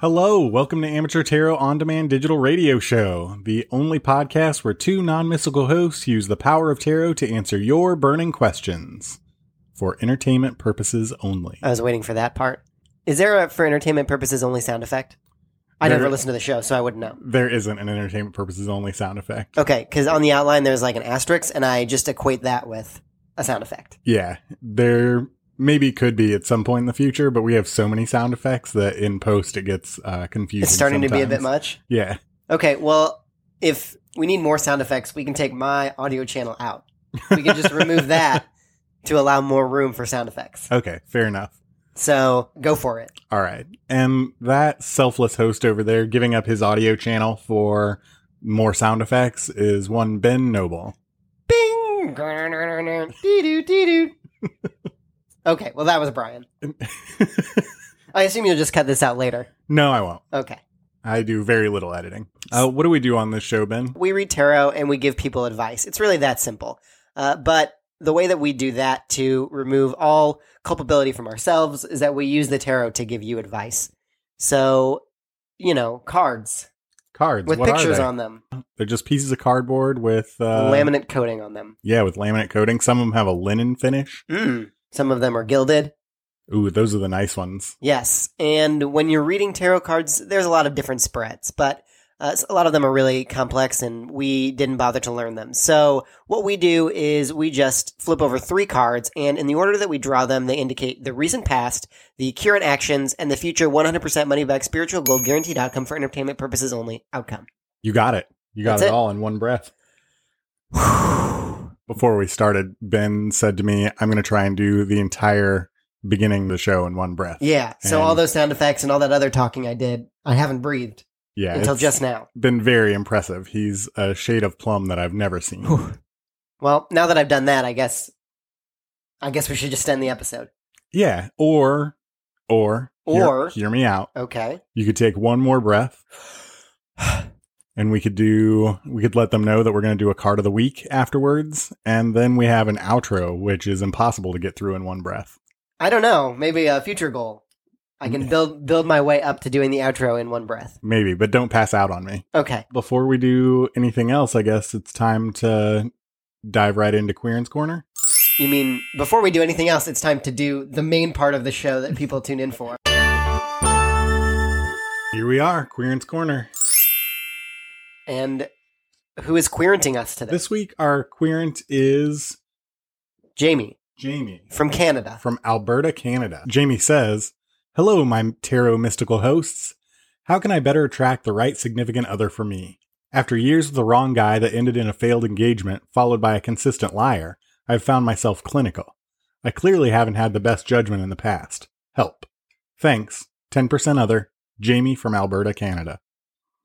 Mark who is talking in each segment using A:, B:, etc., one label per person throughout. A: Hello, welcome to Amateur Tarot On Demand Digital Radio Show, the only podcast where two non mystical hosts use the power of tarot to answer your burning questions for entertainment purposes only.
B: I was waiting for that part. Is there a for entertainment purposes only sound effect? I
A: There-
B: never listened to the show, so I wouldn't know.
A: There isn't an entertainment purposes only sound effect.
B: Okay, because on the outline there's like an asterisk, and I just equate that with a sound effect.
A: Yeah, there maybe could be at some point in the future, but we have so many sound effects that in post it gets uh, confusing.
B: It's starting to be a
A: sometimes.
B: bit much.
A: Yeah,
B: Okay, well, if we need more sound effects, we can take my audio channel out. We can just remove that to allow more room for sound effects.
A: okay, fair enough.
B: So go for it.
A: All right. And that selfless host over there giving up his audio channel for more sound effects is one Ben Noble.
B: Bing! Dee-doo, dee-doo. Okay, well, that was Brian. I assume you'll just cut this out later.
A: no, I won't.
B: Okay.
A: I do very little editing. Uh, what do we do on this show, Ben?
B: we read tarot and we give people advice. It's really that simple. Uh, but the way that we do that to remove all culpability from ourselves is that we use the tarot to give you advice. So, you know, cards
A: Cards.
B: with
A: What are
B: pictures
A: they?
B: on them,
A: They're just pieces of cardboard with uh,
B: laminate coating on them.
A: Yeah, with laminate coating. Some of them have a linen finish.
B: Mm. Some of them are gilded.
A: Ooh, those are the nice ones.
B: Yes. And when you're reading tarot cards, there's a lot of different spreads, but uh, a lot of them are really complex and we didn't bother to learn them. So, what we do is we just flip over three cards, and in the order that we draw them, they indicate the recent past, the current actions, and the future 100% money back spiritual gold guaranteed outcome for entertainment purposes only outcome.
A: You got it. You got
B: That's
A: it
B: it.
A: all in one breath. Before we started, Ben said to me, I'm going to try and do the entire beginning of the show in one breath.
B: yeah. So,
A: And-
B: all those sound effects and all that other talking I did, I haven't breathed
A: Yeah,
B: until
A: it's
B: just now.
A: been very impressive. He's a shade of plum that I've never seen.
B: Well, now that I've done that, I guess. I guess we should just end the episode.
A: yeah, or or hear-
B: Or-
A: hear, me out.
B: Okay.
A: You could take one more breath, and we could do we could let them know that we're going to do a card of the week afterwards, and then we have an outro, which is impossible to get through in one breath.
B: I don't know. Maybe a future goal. I
A: Mm.
B: can build build my way up to doing the outro in one breath.
A: Maybe, but don't pass out on me.
B: Okay.
A: Before we do anything else, I guess it's time to dive right into Queerin's Corner.
B: You mean before we do anything else, it's time to do the main part of the show that people tune in for.
A: Here we are, Queerin's Corner.
B: And who is querenting us today?
A: This week, our querent is
B: Jamie
A: Jamie.
B: from Canada.
A: from Alberta, Canada. Jamie says, Hello, my tarot mystical hosts. How can I better attract the right significant other for me? After years with the wrong guy that ended in a failed engagement, followed by a consistent liar, I've found myself clinical. I clearly haven't had the best judgment in the past. Help. Thanks. 10% other, Jamie from Alberta, Canada.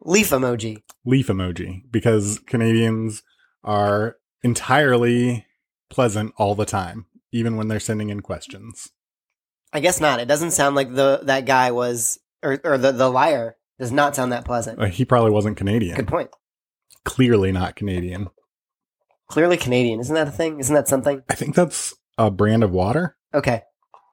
B: Leaf emoji.
A: Leaf emoji, because Canadians are entirely pleasant all the time, even when they're sending in questions.
B: I guess not. It doesn't sound like the that guy was or or the, the liar does not sound that pleasant.
A: Uh, He probably wasn't Canadian.
B: Good point.
A: Clearly not Canadian.
B: Clearly Canadian. Isn't that a thing? Isn't that something?
A: I think that's a brand of water,
B: Okay.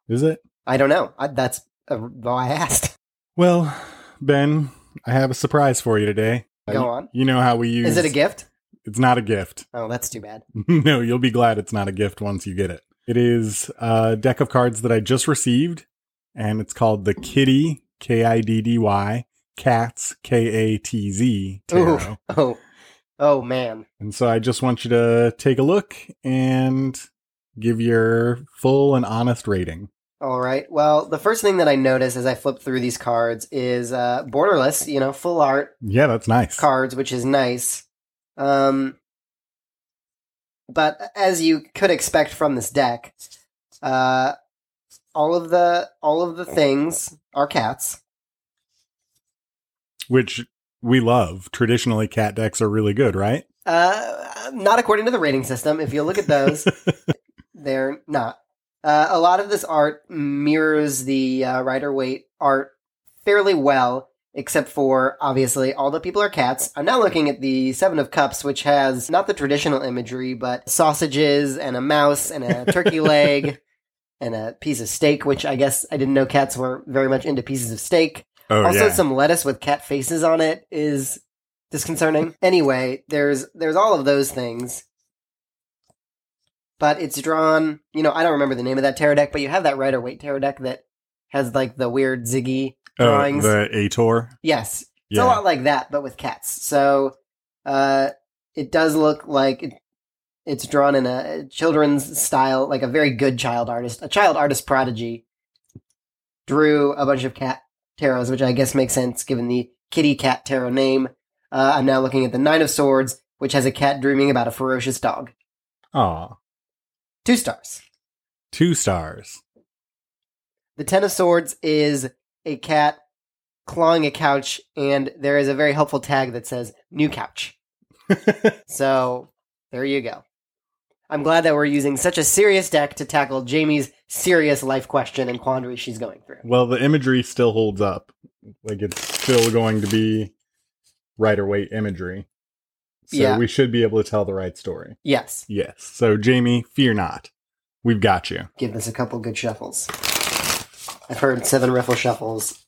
A: is it?
B: I don't know. I, that's uh, why I asked.
A: Well, Ben, I have a surprise for you today.
B: Go on.
A: You know how we use
B: Is it a gift?
A: It's not a gift.
B: Oh, that's too bad.
A: no, you'll be glad it's not a gift once you get it. It is a deck of cards that I just received, and it's called the Kitty K I D D Y Cats K A T Z
B: Ooh.
A: Tarot.
B: Oh, oh man.
A: And so I just want you to take a look and give your full and honest rating.
B: All right. Well, the first thing that I notice as I flip through these cards is uh, borderless, you know, full art
A: Yeah, that's nice.
B: cards, which is nice. Um, But as you could expect from this deck, uh, all of the all of the things are cats.
A: which we love. Traditionally, cat decks are really good, right?
B: Uh, not according to the rating system. If you look at those, they're not. Uh, a lot of this art mirrors the uh, Rider Waite art fairly well, except for obviously all the people are cats. I'm now looking at the Seven of Cups, which has not the traditional imagery, but sausages and a mouse and a turkey leg and a piece of steak, which I guess I didn't know cats were very much into pieces of steak.
A: Oh
B: also,
A: yeah.
B: some lettuce with cat faces on it is disconcerting. Anyway, there's there's all of those things, but it's drawn. You know, I don't remember the name of that tarot deck, but you have that Rider Waite tarot deck that has like the weird Ziggy
A: oh,
B: drawings.
A: the Ator.
B: yes, it's
A: Yeah.
B: a lot like that, but with cats. So uh, it does look like it, it's drawn in a uh, children's style, like a very good child artist, a child artist prodigy drew a bunch of cat tarots, which I guess makes sense given the kitty cat tarot name. Uh, I'm now looking at the Nine of Swords, which has a cat dreaming about a ferocious dog.
A: Aw.
B: Two stars.
A: Two stars.
B: The Ten of Swords is a cat clawing a couch, and there is a very helpful tag that says new couch. so there you go. I'm glad that we're using such a serious deck to tackle Jamie's serious life question and quandary she's going through.
A: Well, the imagery still holds up. Like it's still going to be Rider Waite imagery. So
B: Yeah.
A: we should be able to tell the right story.
B: Yes,
A: Yes. So Jamie, fear not. We've got you.
B: give this a couple good shuffles. I've heard seven riffle shuffles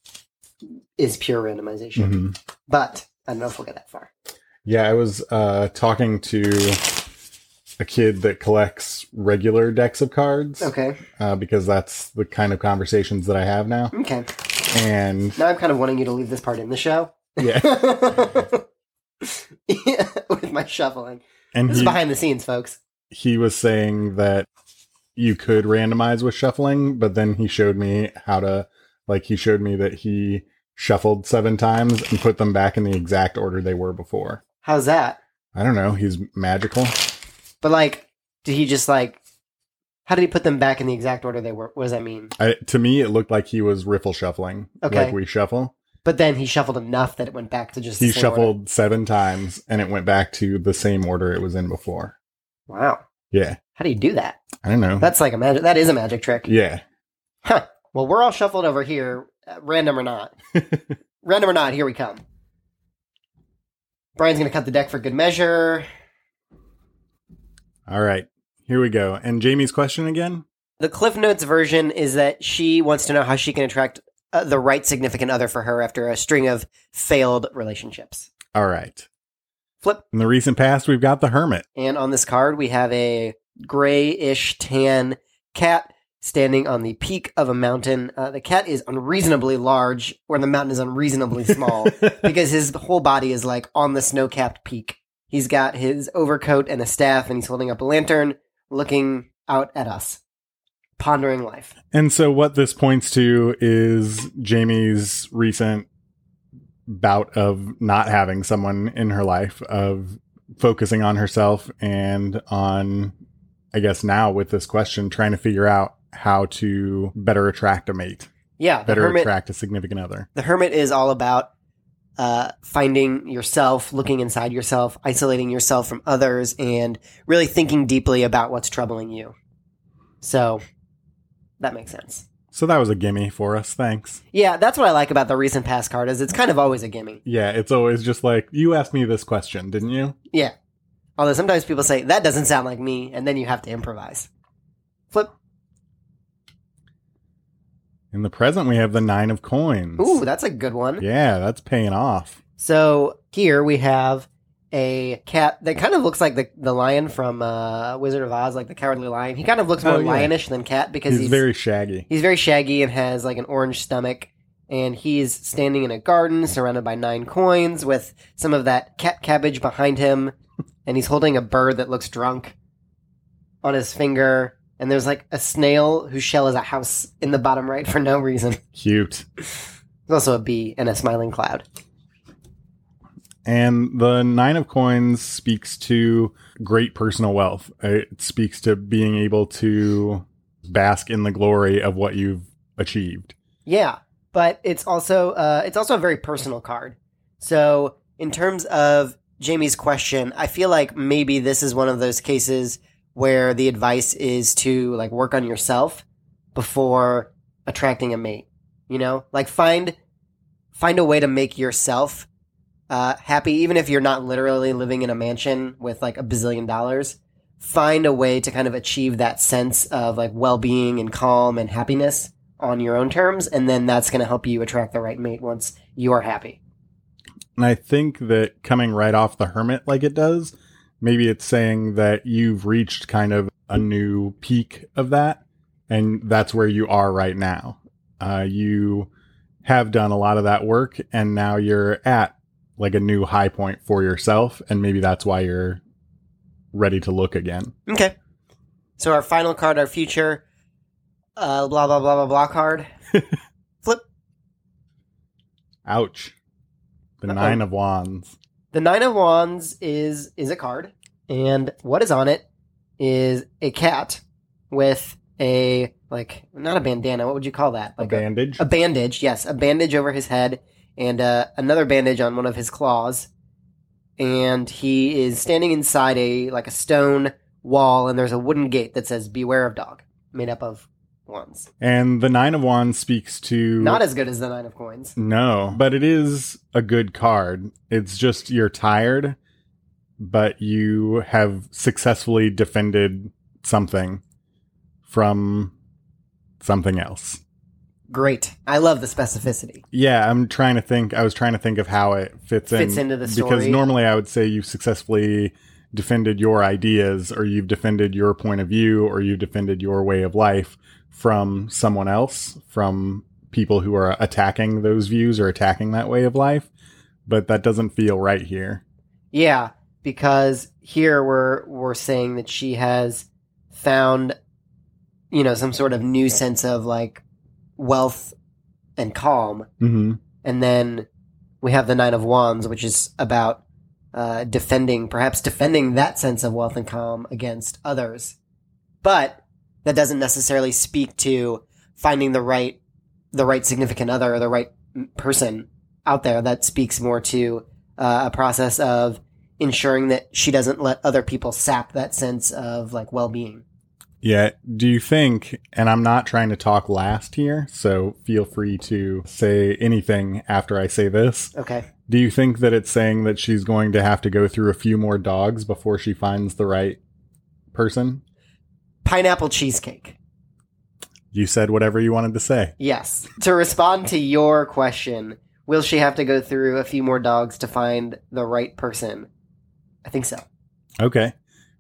B: is pure randomization,
A: Mm-hmm.
B: but I don't know if we'll get that far.
A: Yeah, I was uh, talking to a kid that collects regular decks of cards
B: Okay,
A: uh, because that's the kind of conversations that I have now.
B: okay.
A: And
B: Now I'm kind of wanting you to leave this part in the show.
A: yeah,
B: yeah, with my shuffling.
A: and
B: This is
A: he,
B: behind the scenes, folks.
A: he was saying that you could randomize with shuffling, but then he showed me how to, like, he showed me that he shuffled seven times and put them back in the exact order they were before.
B: How's that?
A: I don't know. He's magical.
B: But like, did he just like? How did he put them back in the exact order they were? What does that mean?
A: I, to me, it looked like he was riffle shuffling,
B: Okay.
A: like we shuffle.
B: But then he shuffled enough that it went back to just. the
A: He
B: same
A: shuffled seven times and it went back to the same order it was in before.
B: order. Wow.
A: Yeah.
B: How do you do that?
A: I don't know.
B: That's like a magic. That is a magic trick.
A: Mm-hmm. yeah.
B: Huh. Well, we're all shuffled over here, uh, random or not. random or not, here we come. Brian's gonna cut the deck for good measure.
A: All right. Here we go. And Jamie's question again?
B: The Cliff Notes version is that she wants to know how she can attract uh, the right significant other for her after a string of failed relationships.
A: All right.
B: Flip.
A: In the recent past, we've got the hermit.
B: And on this card, we have a grayish tan cat standing on the peak of a mountain. Uh, the cat is unreasonably large, where the mountain is unreasonably small because his whole body is like on the snow capped peak. He's got his overcoat and a staff, and he's holding up a lantern looking out at us, pondering life.
A: And so, what this points to is Jamie's recent bout of not having someone in her life, of focusing on herself and on, I guess, now with this question, trying to figure out how to better attract a mate,
B: Yeah, the
A: better
B: hermit
A: attract a significant other.
B: The Hermit is all about uh, finding yourself, looking inside yourself, isolating yourself from others, and really thinking deeply about what's troubling you. So that makes sense.
A: So, that was a gimme for us. Thanks.
B: Yeah, that's what I like about the recent pass card is it's kind of always a gimme.
A: Yeah, it's always just like, you asked me this question, didn't you?
B: Although sometimes people say that doesn't sound like me, and then you have to improvise. Flip.
A: In the present, we have the nine of coins.
B: Ooh, that's a good one.
A: Yeah, that's paying off.
B: So here we have a cat that kind of looks like the the lion from uh, Wizard of Oz, like the Cowardly Lion. He kind of looks more
A: Oh, yeah.
B: lionish than cat because
A: He's,
B: he's
A: very shaggy.
B: He's very shaggy and has like an orange stomach. And he's standing in a garden surrounded by nine coins with some of that cat cabbage behind him. And he's holding a bird that looks drunk on his finger. And there's like a snail whose shell is a house in the bottom right for no reason.
A: Cute.
B: There's also a bee and a smiling cloud.
A: And the nine of coins speaks to great personal wealth. It speaks to being able to bask in the glory of what you've achieved.
B: Yeah, but it's also uh, it's also a very personal card. So in terms of Jamie's question, I feel like maybe this is one of those cases where the advice is to like work on yourself before attracting a mate. You know, like find find a way to make yourself uh, happy, even if you're not literally living in a mansion with like a bazillion dollars. Find a way to kind of achieve that sense of like well being and calm and happiness on your own terms, and then that's going to help you attract the right mate once you are happy.
A: And I think that coming right off the hermit like it does, maybe it's saying that you've reached kind of a new peak of that. And that's where you are right now. Uh, you have done a lot of that work, and now you're at like a new high point for yourself. And maybe that's why you're ready to look again.
B: Okay. So our final card, our future, uh, blah blah blah blah blah card. Flip
A: Ouch. The
B: Uh-oh.
A: nine of wands.
B: the nine of wands is is a card, and what is on it is a cat with a like not a bandana. What would you call that?
A: A
B: Like
A: bandage.
B: a bandage, yes, a bandage over his head and uh, another bandage on one of his claws. And he is standing inside a like a stone wall, and there's a wooden gate that says "Beware of Dog," made up of wands.
A: and the nine of wands speaks to
B: Not as good as the nine of coins.
A: No, but it is a good card. It's just you're tired, but you have successfully defended something from something else.
B: Great, I love the specificity.
A: Yeah, I'm trying to think. I was trying to think of how it fits,
B: Fits
A: in
B: into the
A: because
B: story.
A: normally I would say you've successfully defended your ideas, or you've defended your point of view, or you've defended your way of life from someone else, from people who are attacking those views or attacking that way of life. But that doesn't feel right here.
B: Yeah, because here we're we're saying that she has found, you know, some sort of new sense of like wealth and calm
A: hmm
B: and then we have the nine of wands which is about uh, defending perhaps defending that sense of wealth and calm against others but that doesn't necessarily speak to finding the right the right significant other or the right m- person out there that speaks more to uh, a process of ensuring that she doesn't let other people sap that sense of like well-being
A: Yeah. Do you think, and I'm not trying to talk last here, so feel free to say anything after I say this.
B: okay
A: Do you think that it's saying that she's going to have to go through a few more dogs before she finds the right person?
B: pineapple cheesecake
A: You said whatever you wanted to say.
B: Yes. To respond to your question, will she have to go through a few more dogs to find the right person? I think so.
A: Okay.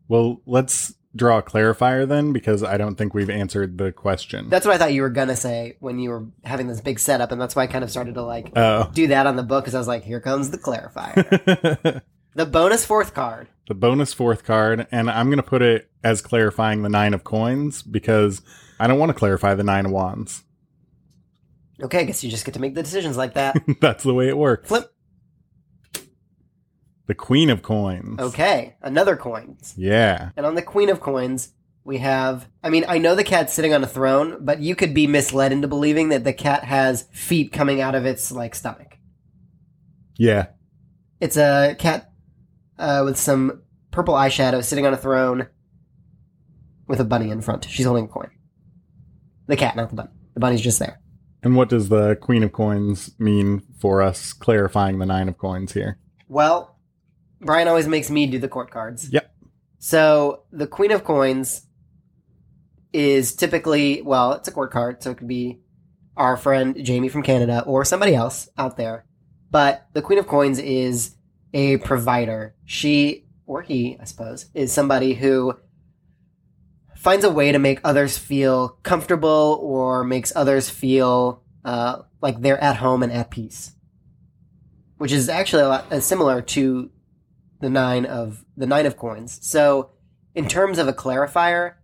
A: Well, let's draw a clarifier then, because I don't think we've answered the question.
B: That's what I thought you were gonna say when you were having this big setup, and that's why I kind of started to like
A: Oh.
B: do that on the book because I was like, here comes the clarifier.
A: the
B: the bonus fourth card.
A: bonus fourth card, and I'm going to put it as clarifying the nine of coins because I don't want to clarify the nine of wands.
B: Okay, I guess you just get to make the decisions like that.
A: That's the way it works.
B: Flip.
A: The queen of coins.
B: Okay, another coins.
A: Yeah.
B: And on the Queen of Coins, we have. I mean, I know the cat's sitting on a throne, but you could be misled into believing that the cat has feet coming out of its like stomach.
A: Yeah.
B: It's a cat uh, with some purple eyeshadow sitting on a throne with a bunny in front. She's holding a coin. The cat, not the bunny. The bunny's just there.
A: And what does the Queen of Coins mean for us clarifying the Nine of Coins here?
B: Well, Brian always makes me do the court cards.
A: Yep.
B: So the Queen of Coins is typically, well, it's a court card, so it could be our friend Jamie from Canada or somebody else out there. But the Queen of Coins is a provider. She, or he, I suppose, is somebody who finds a way to make others feel comfortable or makes others feel uh, like they're at home and at peace which is actually a lot uh, similar to the nine of the nine of coins. So, in terms of a clarifier,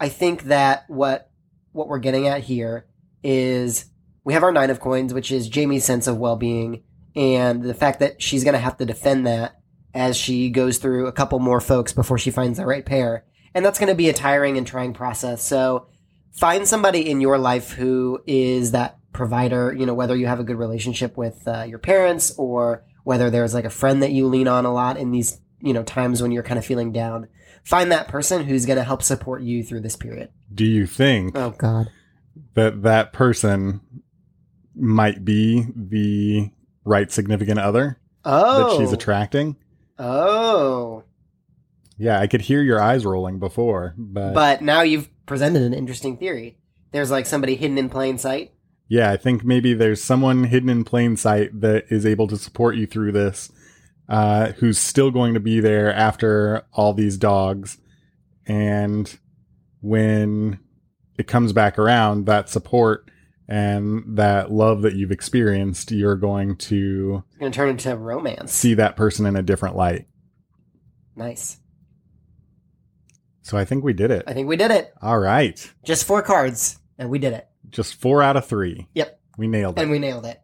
B: I think that what what we're getting at here is we have our nine of coins, which is Jamie's sense of well being and the fact that she's going to have to defend that as she goes through a couple more folks before she finds the right pair. And that's going to be a tiring and trying process. So find somebody in your life who is that provider, you know, whether you have a good relationship with uh, your parents or whether there's like a friend that you lean on a lot in these, you know, times when you're kind of feeling down. Find that person who's going to help support you through this period.
A: Do you think
B: Oh, God.
A: that that person might be the right significant other
B: Oh.
A: that she's attracting?
B: Oh.
A: Yeah, I could hear your eyes rolling before, but,
B: But now you've presented an interesting theory. There's like somebody hidden in plain sight.
A: yeah, I think maybe there's someone hidden in plain sight that is able to support you through this, uh, who's still going to be there after all these dogs. And when it comes back around, that support and that love that you've experienced, you're going to
B: It's going to turn into romance.
A: see that person in a different light.
B: Nice.
A: So I think we did
B: I
A: it.
B: think we did it.
A: All right.
B: Just four cards, and we did it.
A: Just four out of three.
B: Yep.
A: We nailed it.
B: And we nailed it.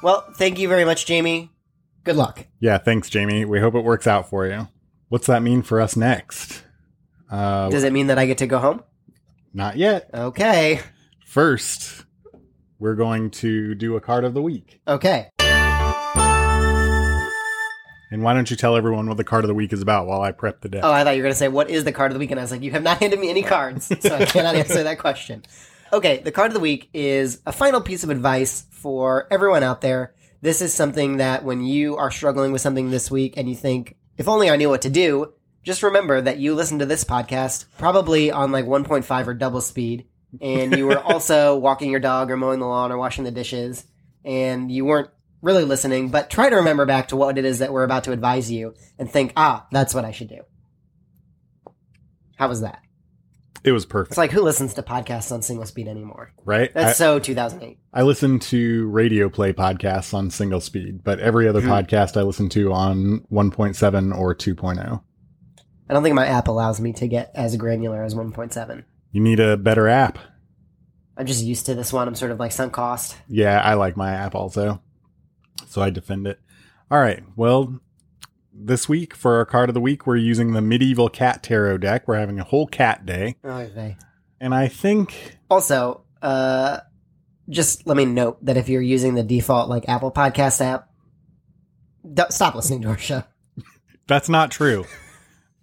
B: Well, thank you very much, Jamie. Good luck.
A: yeah. Thanks, Jamie. We hope it works out for you. What's that mean for us next? Uh,
B: Does it mean that I get to go home?
A: not yet.
B: Okay.
A: First, we're going to do a card of the week.
B: Okay.
A: And why don't you tell everyone what the card of the week is about while I prep the deck?
B: Oh, I thought you were going to say, What is the card of the week? And I was like, You have not handed me any cards, so I cannot answer that question. Okay, the card of the week is a final piece of advice for everyone out there. This is something that when you are struggling with something this week and you think, If only I knew what to do, just remember that you listened to this podcast probably on like 1.5 or double speed, and you were also walking your dog or mowing the lawn or washing the dishes, and you weren't really listening, but try to remember back to what it is that we're about to advise you and think, ah, that's what I should do. How was that?
A: It was
B: It's
A: perfect,
B: like who listens to podcasts on single speed anymore?
A: right?
B: That's
A: I,
B: so 2008.
A: I listen to radio play podcasts on single speed, but every other
B: Mhm.
A: podcast I listen to on 1.7 or oh. 2.0.
B: I don't think my app allows me to get as granular as 1.7.
A: You need a better app.
B: I'm just used to this one. I'm sort of like sunk cost.
A: Yeah, I like my app also. So I defend it. All right. Well, this week for our card of the week, we're using the Medieval Cat Tarot deck. We're having a whole cat day.
B: Okay.
A: And I think,
B: Also, uh, just let me note that if you're using the default like Apple Podcast app, d- stop listening to our show.
A: That's not true.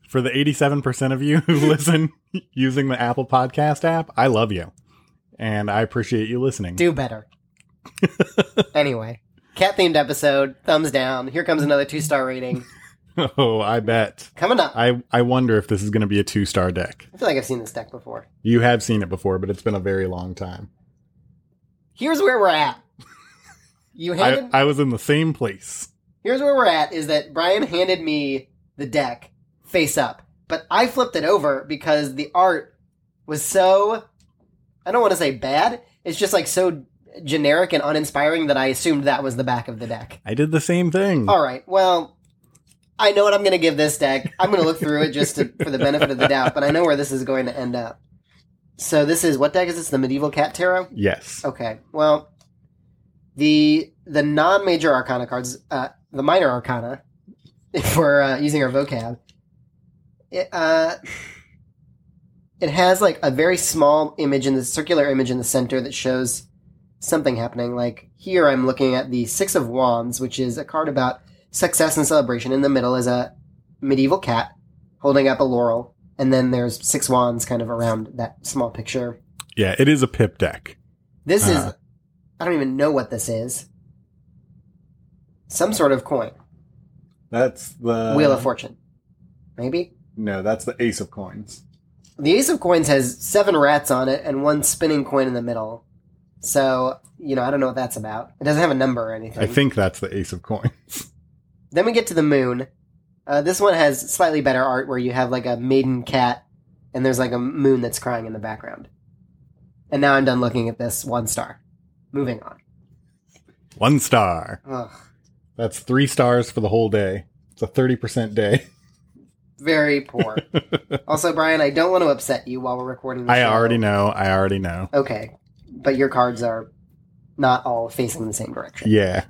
A: For the 87% of you who listen using the Apple Podcast app, I love you. And I appreciate you listening.
B: Do better. anyway, cat themed episode. Thumbs down. Here comes another two star rating
A: Oh, I bet.
B: coming up.
A: I, I wonder if this is going to be a two star deck.
B: I feel like I've seen this deck before.
A: You have seen it before, but it's been a very long time.
B: Here's where we're at. You handed
A: I, I was in the same place.
B: Here's where we're at is that Brian handed me the deck face up, but I flipped it over because the art was so I don't want to say bad, it's just like so generic and uninspiring that I assumed that was the back of the deck.
A: I did the same thing.
B: All right. Well, I know what I'm going to give this deck. I'm going to look through it just to, for the benefit of the doubt, but I know where this is going to end up. So this is what deck is this? The Medieval Cat Tarot?
A: Yes.
B: Okay. Well, the the non-major arcana cards, uh, the minor arcana, if we're uh, using our vocab, it uh, it has like a very small image in the circular image in the center that shows something happening. Like here, I'm looking at the Six of Wands, which is a card about success and celebration. In the middle is a medieval cat holding up a laurel, and then there's six wands kind of around that small picture.
A: Yeah, it is a pip deck.
B: This
A: Uh-huh.
B: is. I don't even know what this is. Some sort of coin.
A: That's the
B: Wheel of Fortune. Maybe?
A: No, that's the ace of coins.
B: The Ace of Coins has seven rats on it and one spinning coin in the middle. So, you know, I don't know what that's about. It doesn't have a number or anything.
A: I think that's the ace of coins.
B: Then we get to the moon. Uh, this one has slightly better art where you have like a maiden cat and there's like a moon that's crying in the background. And now I'm done looking at this one star. Moving on.
A: One star.
B: Ugh.
A: That's three stars for the whole day. It's a thirty percent day.
B: very poor. also, Brian, I don't want to upset you while we're recording. This
A: I
B: show.
A: already know. I already know.
B: Okay, but your cards are not all facing the same direction.
A: Yeah.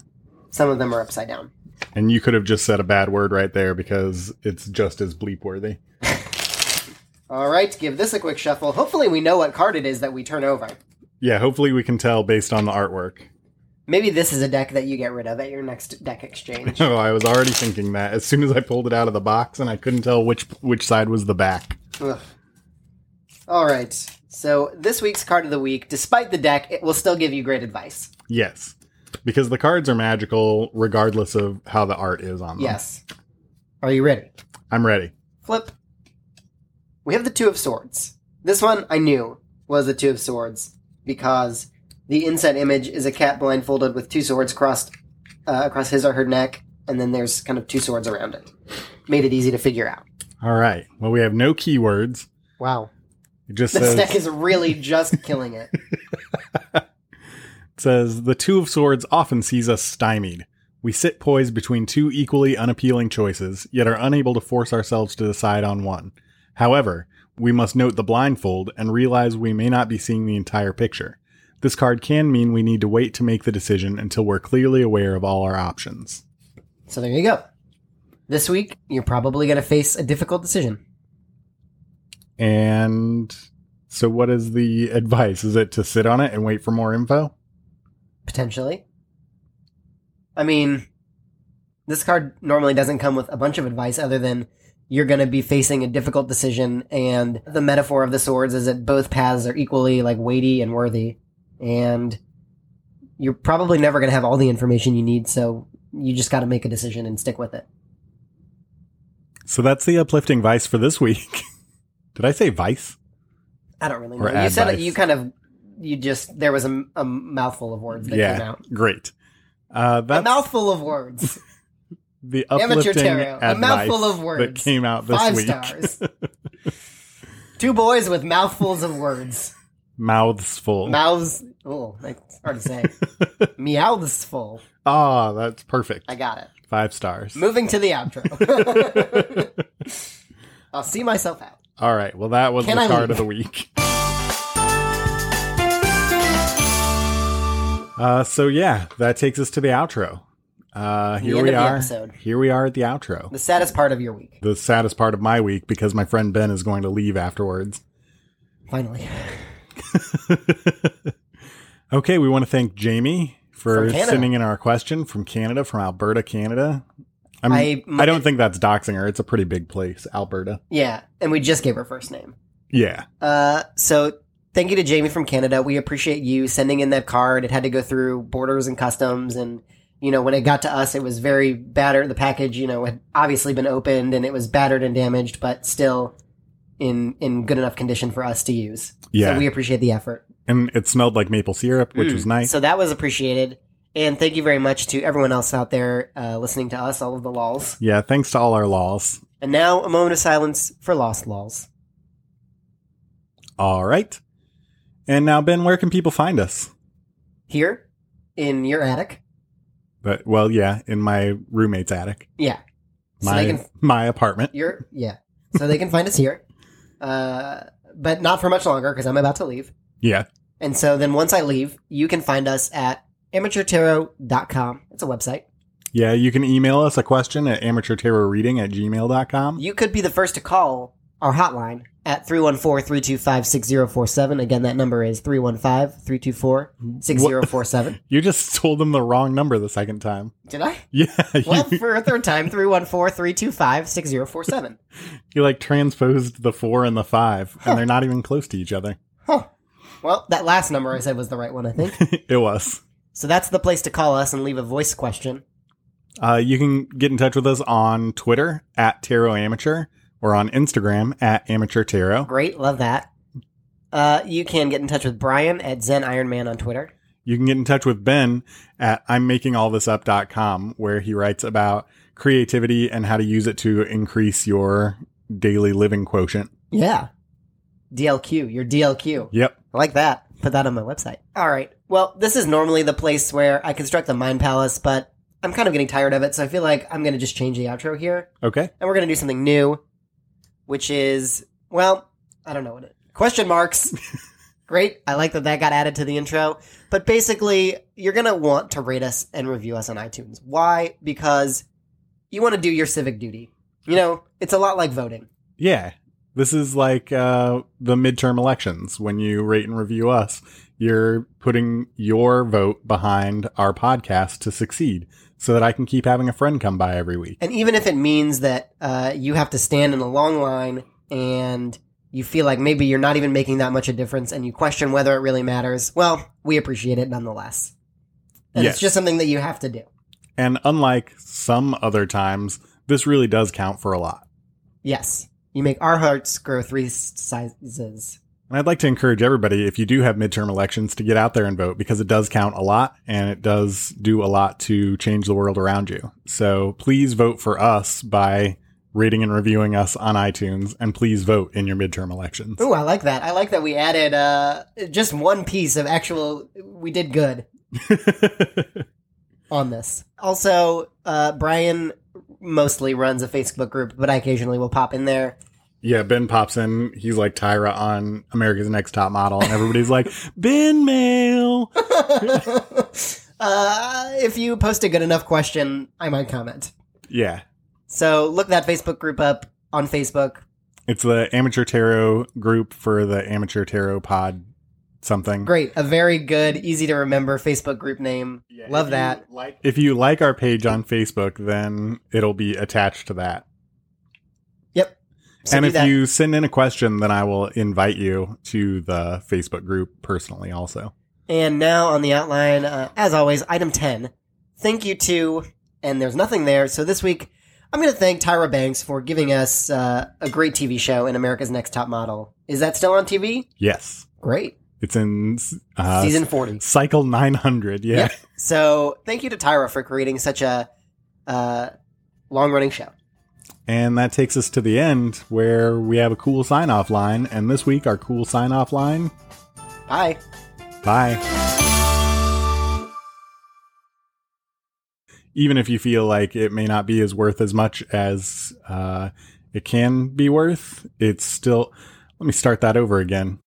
B: Some of them are upside down.
A: And you could have just said a bad word right there because it's just as bleep worthy.
B: All right, give this a quick shuffle. Hopefully, we know what card it is that we turn over.
A: Yeah, hopefully we can tell based on the artwork.
B: Maybe this is a deck that you get rid of at your next deck exchange.
A: Oh, I was already thinking that as soon as I pulled it out of the box and I couldn't tell which which side was the back.
B: Ugh. All right. So this week's card of the week, despite the deck, it will still give you great advice.
A: Yes. Because the cards are magical regardless of how the art is on them.
B: Yes. Are you ready?
A: I'm ready.
B: Flip. We have the Two of Swords. This one I knew was the Two of Swords because the inset image is a cat blindfolded with two swords crossed uh, across his or her neck, and then there's kind of two swords around it. Made it easy to figure out.
A: All right. Well, we have no keywords.
B: Wow.
A: It just
B: This
A: says
B: deck is really just killing it.
A: It says the two of swords often sees us stymied we sit poised between two equally unappealing choices yet are unable to force ourselves to decide on one however we must note the blindfold and realize we may not be seeing the entire picture this card can mean we need to wait to make the decision until we're clearly aware of all our options
B: So there you go. This week, you're probably going to face a difficult decision.
A: and so what is the advice is it to sit on it and wait for more info
B: Potentially. I mean, this card normally doesn't come with a bunch of advice other than you're going to be facing a difficult decision, and the metaphor of the swords is that both paths are equally like weighty and worthy, and you're probably never going to have all the information you need, so you just got to make a decision and stick with it.
A: so that's the uplifting vice for this week did i say vice
B: I don't really know.
A: Or
B: you said it,
A: advice.
B: you kind of, you just there was a, a mouthful of words that came out.
A: Great. Uh,
B: A
A: that's
B: mouthful of words.
A: the
B: Amateur
A: uplifting
B: tarot. A
A: advice
B: mouthful of
A: that
B: words.
A: came out this
B: Five
A: week.
B: stars. Two boys with mouthfuls of words.
A: Mouths full.
B: Mouths. Oh, that's hard to say. Meows full.
A: Ah, that's perfect.
B: I got it.
A: Five stars.
B: Moving to the outro. I'll see myself out.
A: All right. Well, that was
B: Can
A: the
B: I
A: card
B: leave?
A: of the week. Uh, so yeah, that takes us to the outro. Uh, here
B: end
A: we
B: of the
A: are.
B: episode.
A: Here we are at the outro.
B: The saddest part of your week.
A: The saddest part of my week because my friend Ben is going to leave afterwards.
B: Finally.
A: Okay, we want to thank Jamie for
B: From Canada.
A: sending in our question from Canada, from Alberta, Canada. I
B: I-
A: mean, I, don't think that's doxing her. It's a pretty big place, Alberta.
B: Yeah. And we just gave her first name.
A: Yeah,
B: Uh, so thank you to Jamie from Canada. We appreciate you sending in that card. It had to go through borders and customs and you know, when it got to us, it was very battered. The package, you know, had obviously been opened and it was battered and damaged, but still in in good enough condition for us to use.
A: yeah.
B: So we appreciate the effort.
A: and it smelled like maple syrup, which
B: Mm.
A: was nice.
B: So that was appreciated. And thank you very much to everyone else out there uh, listening to us, all of the lols.
A: yeah, thanks to all our laws.
B: And now a moment of silence for lost lols.
A: All right. And now, Ben, where can people find us?
B: Here in your attic.
A: But well, yeah, in my roommate's attic,
B: Yeah. So
A: my
B: they can
A: my apartment.
B: You're yeah. So they can find us here, uh, but not for much longer because I'm about to leave.
A: Yeah,
B: And so then once I leave, you can find us at amateurtarot.com. It's a website.
A: yeah. You can email us a question at amateurterrorreading at gmail.com.
B: You could be the first to call our hotline at 314-325-6047. Again, that number is 315-324-6047.
A: You just told them the wrong number the second time.
B: Did I?
A: Yeah,
B: Well,
A: you-
B: for a third time, 314-325-6047.
A: You like transposed the four and the five,
B: Huh.
A: and they're not even close to each other.
B: Huh. Well, that last number I said was the right one, I think.
A: it was.
B: So that's the place to call us and leave a voice question.
A: Uh, you can get in touch with us on Twitter at Tarot Amateur or on Instagram at Amateur Tarot.
B: Great, love that. Uh, you can get in touch with Brian at Zen Iron Man on Twitter.
A: You can get in touch with Ben at I'm making all this up.com, where he writes about creativity and how to use it to increase your daily living quotient.
B: Yeah. DLQ, your DLQ.
A: Yep.
B: I like that. Put that on my website. All right. Well, this is normally the place where I construct the Mind Palace, but I'm kind of getting tired of it, so I feel like I'm going to just change the outro here.
A: Okay.
B: And we're going to do something new, which is, well, I don't know what it Question marks. Great. I like that that got added to the intro. But basically, you're going to want to rate us and review us on iTunes. Why? Because you want to do your civic duty. You know, it's a lot like voting.
A: Yeah. This is like uh, the midterm elections. When you rate and review us, you're putting your vote behind our podcast to succeed so that I can keep having a friend come by every week.
B: And even if it means that uh, you have to stand in a long line and you feel like maybe you're not even making that much a difference and you question whether it really matters, well, we appreciate it nonetheless. And
A: Yes.
B: it's just something that you have to do.
A: And unlike some other times, this really does count for a lot.
B: Yes. You make our hearts grow three s- sizes.
A: And I'd like to encourage everybody, if you do have midterm elections, to get out there and vote because it does count a lot and it does do a lot to change the world around you. So please vote for us by rating and reviewing us on iTunes and please vote in your midterm elections.
B: Ooh, I like that. I like that we added uh, just one piece of actual. We did good on this. Also, uh, Brian mostly runs a Facebook group, but I occasionally will pop in there.
A: yeah, Ben pops in. He's like Tyra on America's Next Top Model and everybody's like, Ben Mail.
B: uh, if you post a good enough question, I might comment.
A: Yeah.
B: So look that Facebook group up on Facebook.
A: It's the amateur tarot group for the amateur tarot pod something.
B: Great, a very good, easy to remember Facebook group name.
A: Yeah, if
B: Love
A: you
B: that.
A: Like, if you like our page on Facebook, then it'll be attached to that.
B: Yep. So
A: and
B: do
A: if
B: that.
A: you send in a question, then I will invite you to the Facebook group personally also.
B: And now on the outline, uh, as always, item 10. Thank you to, and there's nothing there. So this week, I'm going to thank Tyra Banks for giving us uh, a great TV show in America's Next Top Model. Is that still on TV?
A: Yes.
B: Great.
A: It's in uh,
B: Season 40.
A: cycle 900. Yeah.
B: Yep. So thank you to Tyra for creating such a uh, long running show.
A: And that takes us to the end where we have a cool sign off line. And this week, our cool sign off line
B: Bye.
A: Bye. Even if you feel like it may not be as worth as much as uh, it can be worth, it's still. Let me start that over again.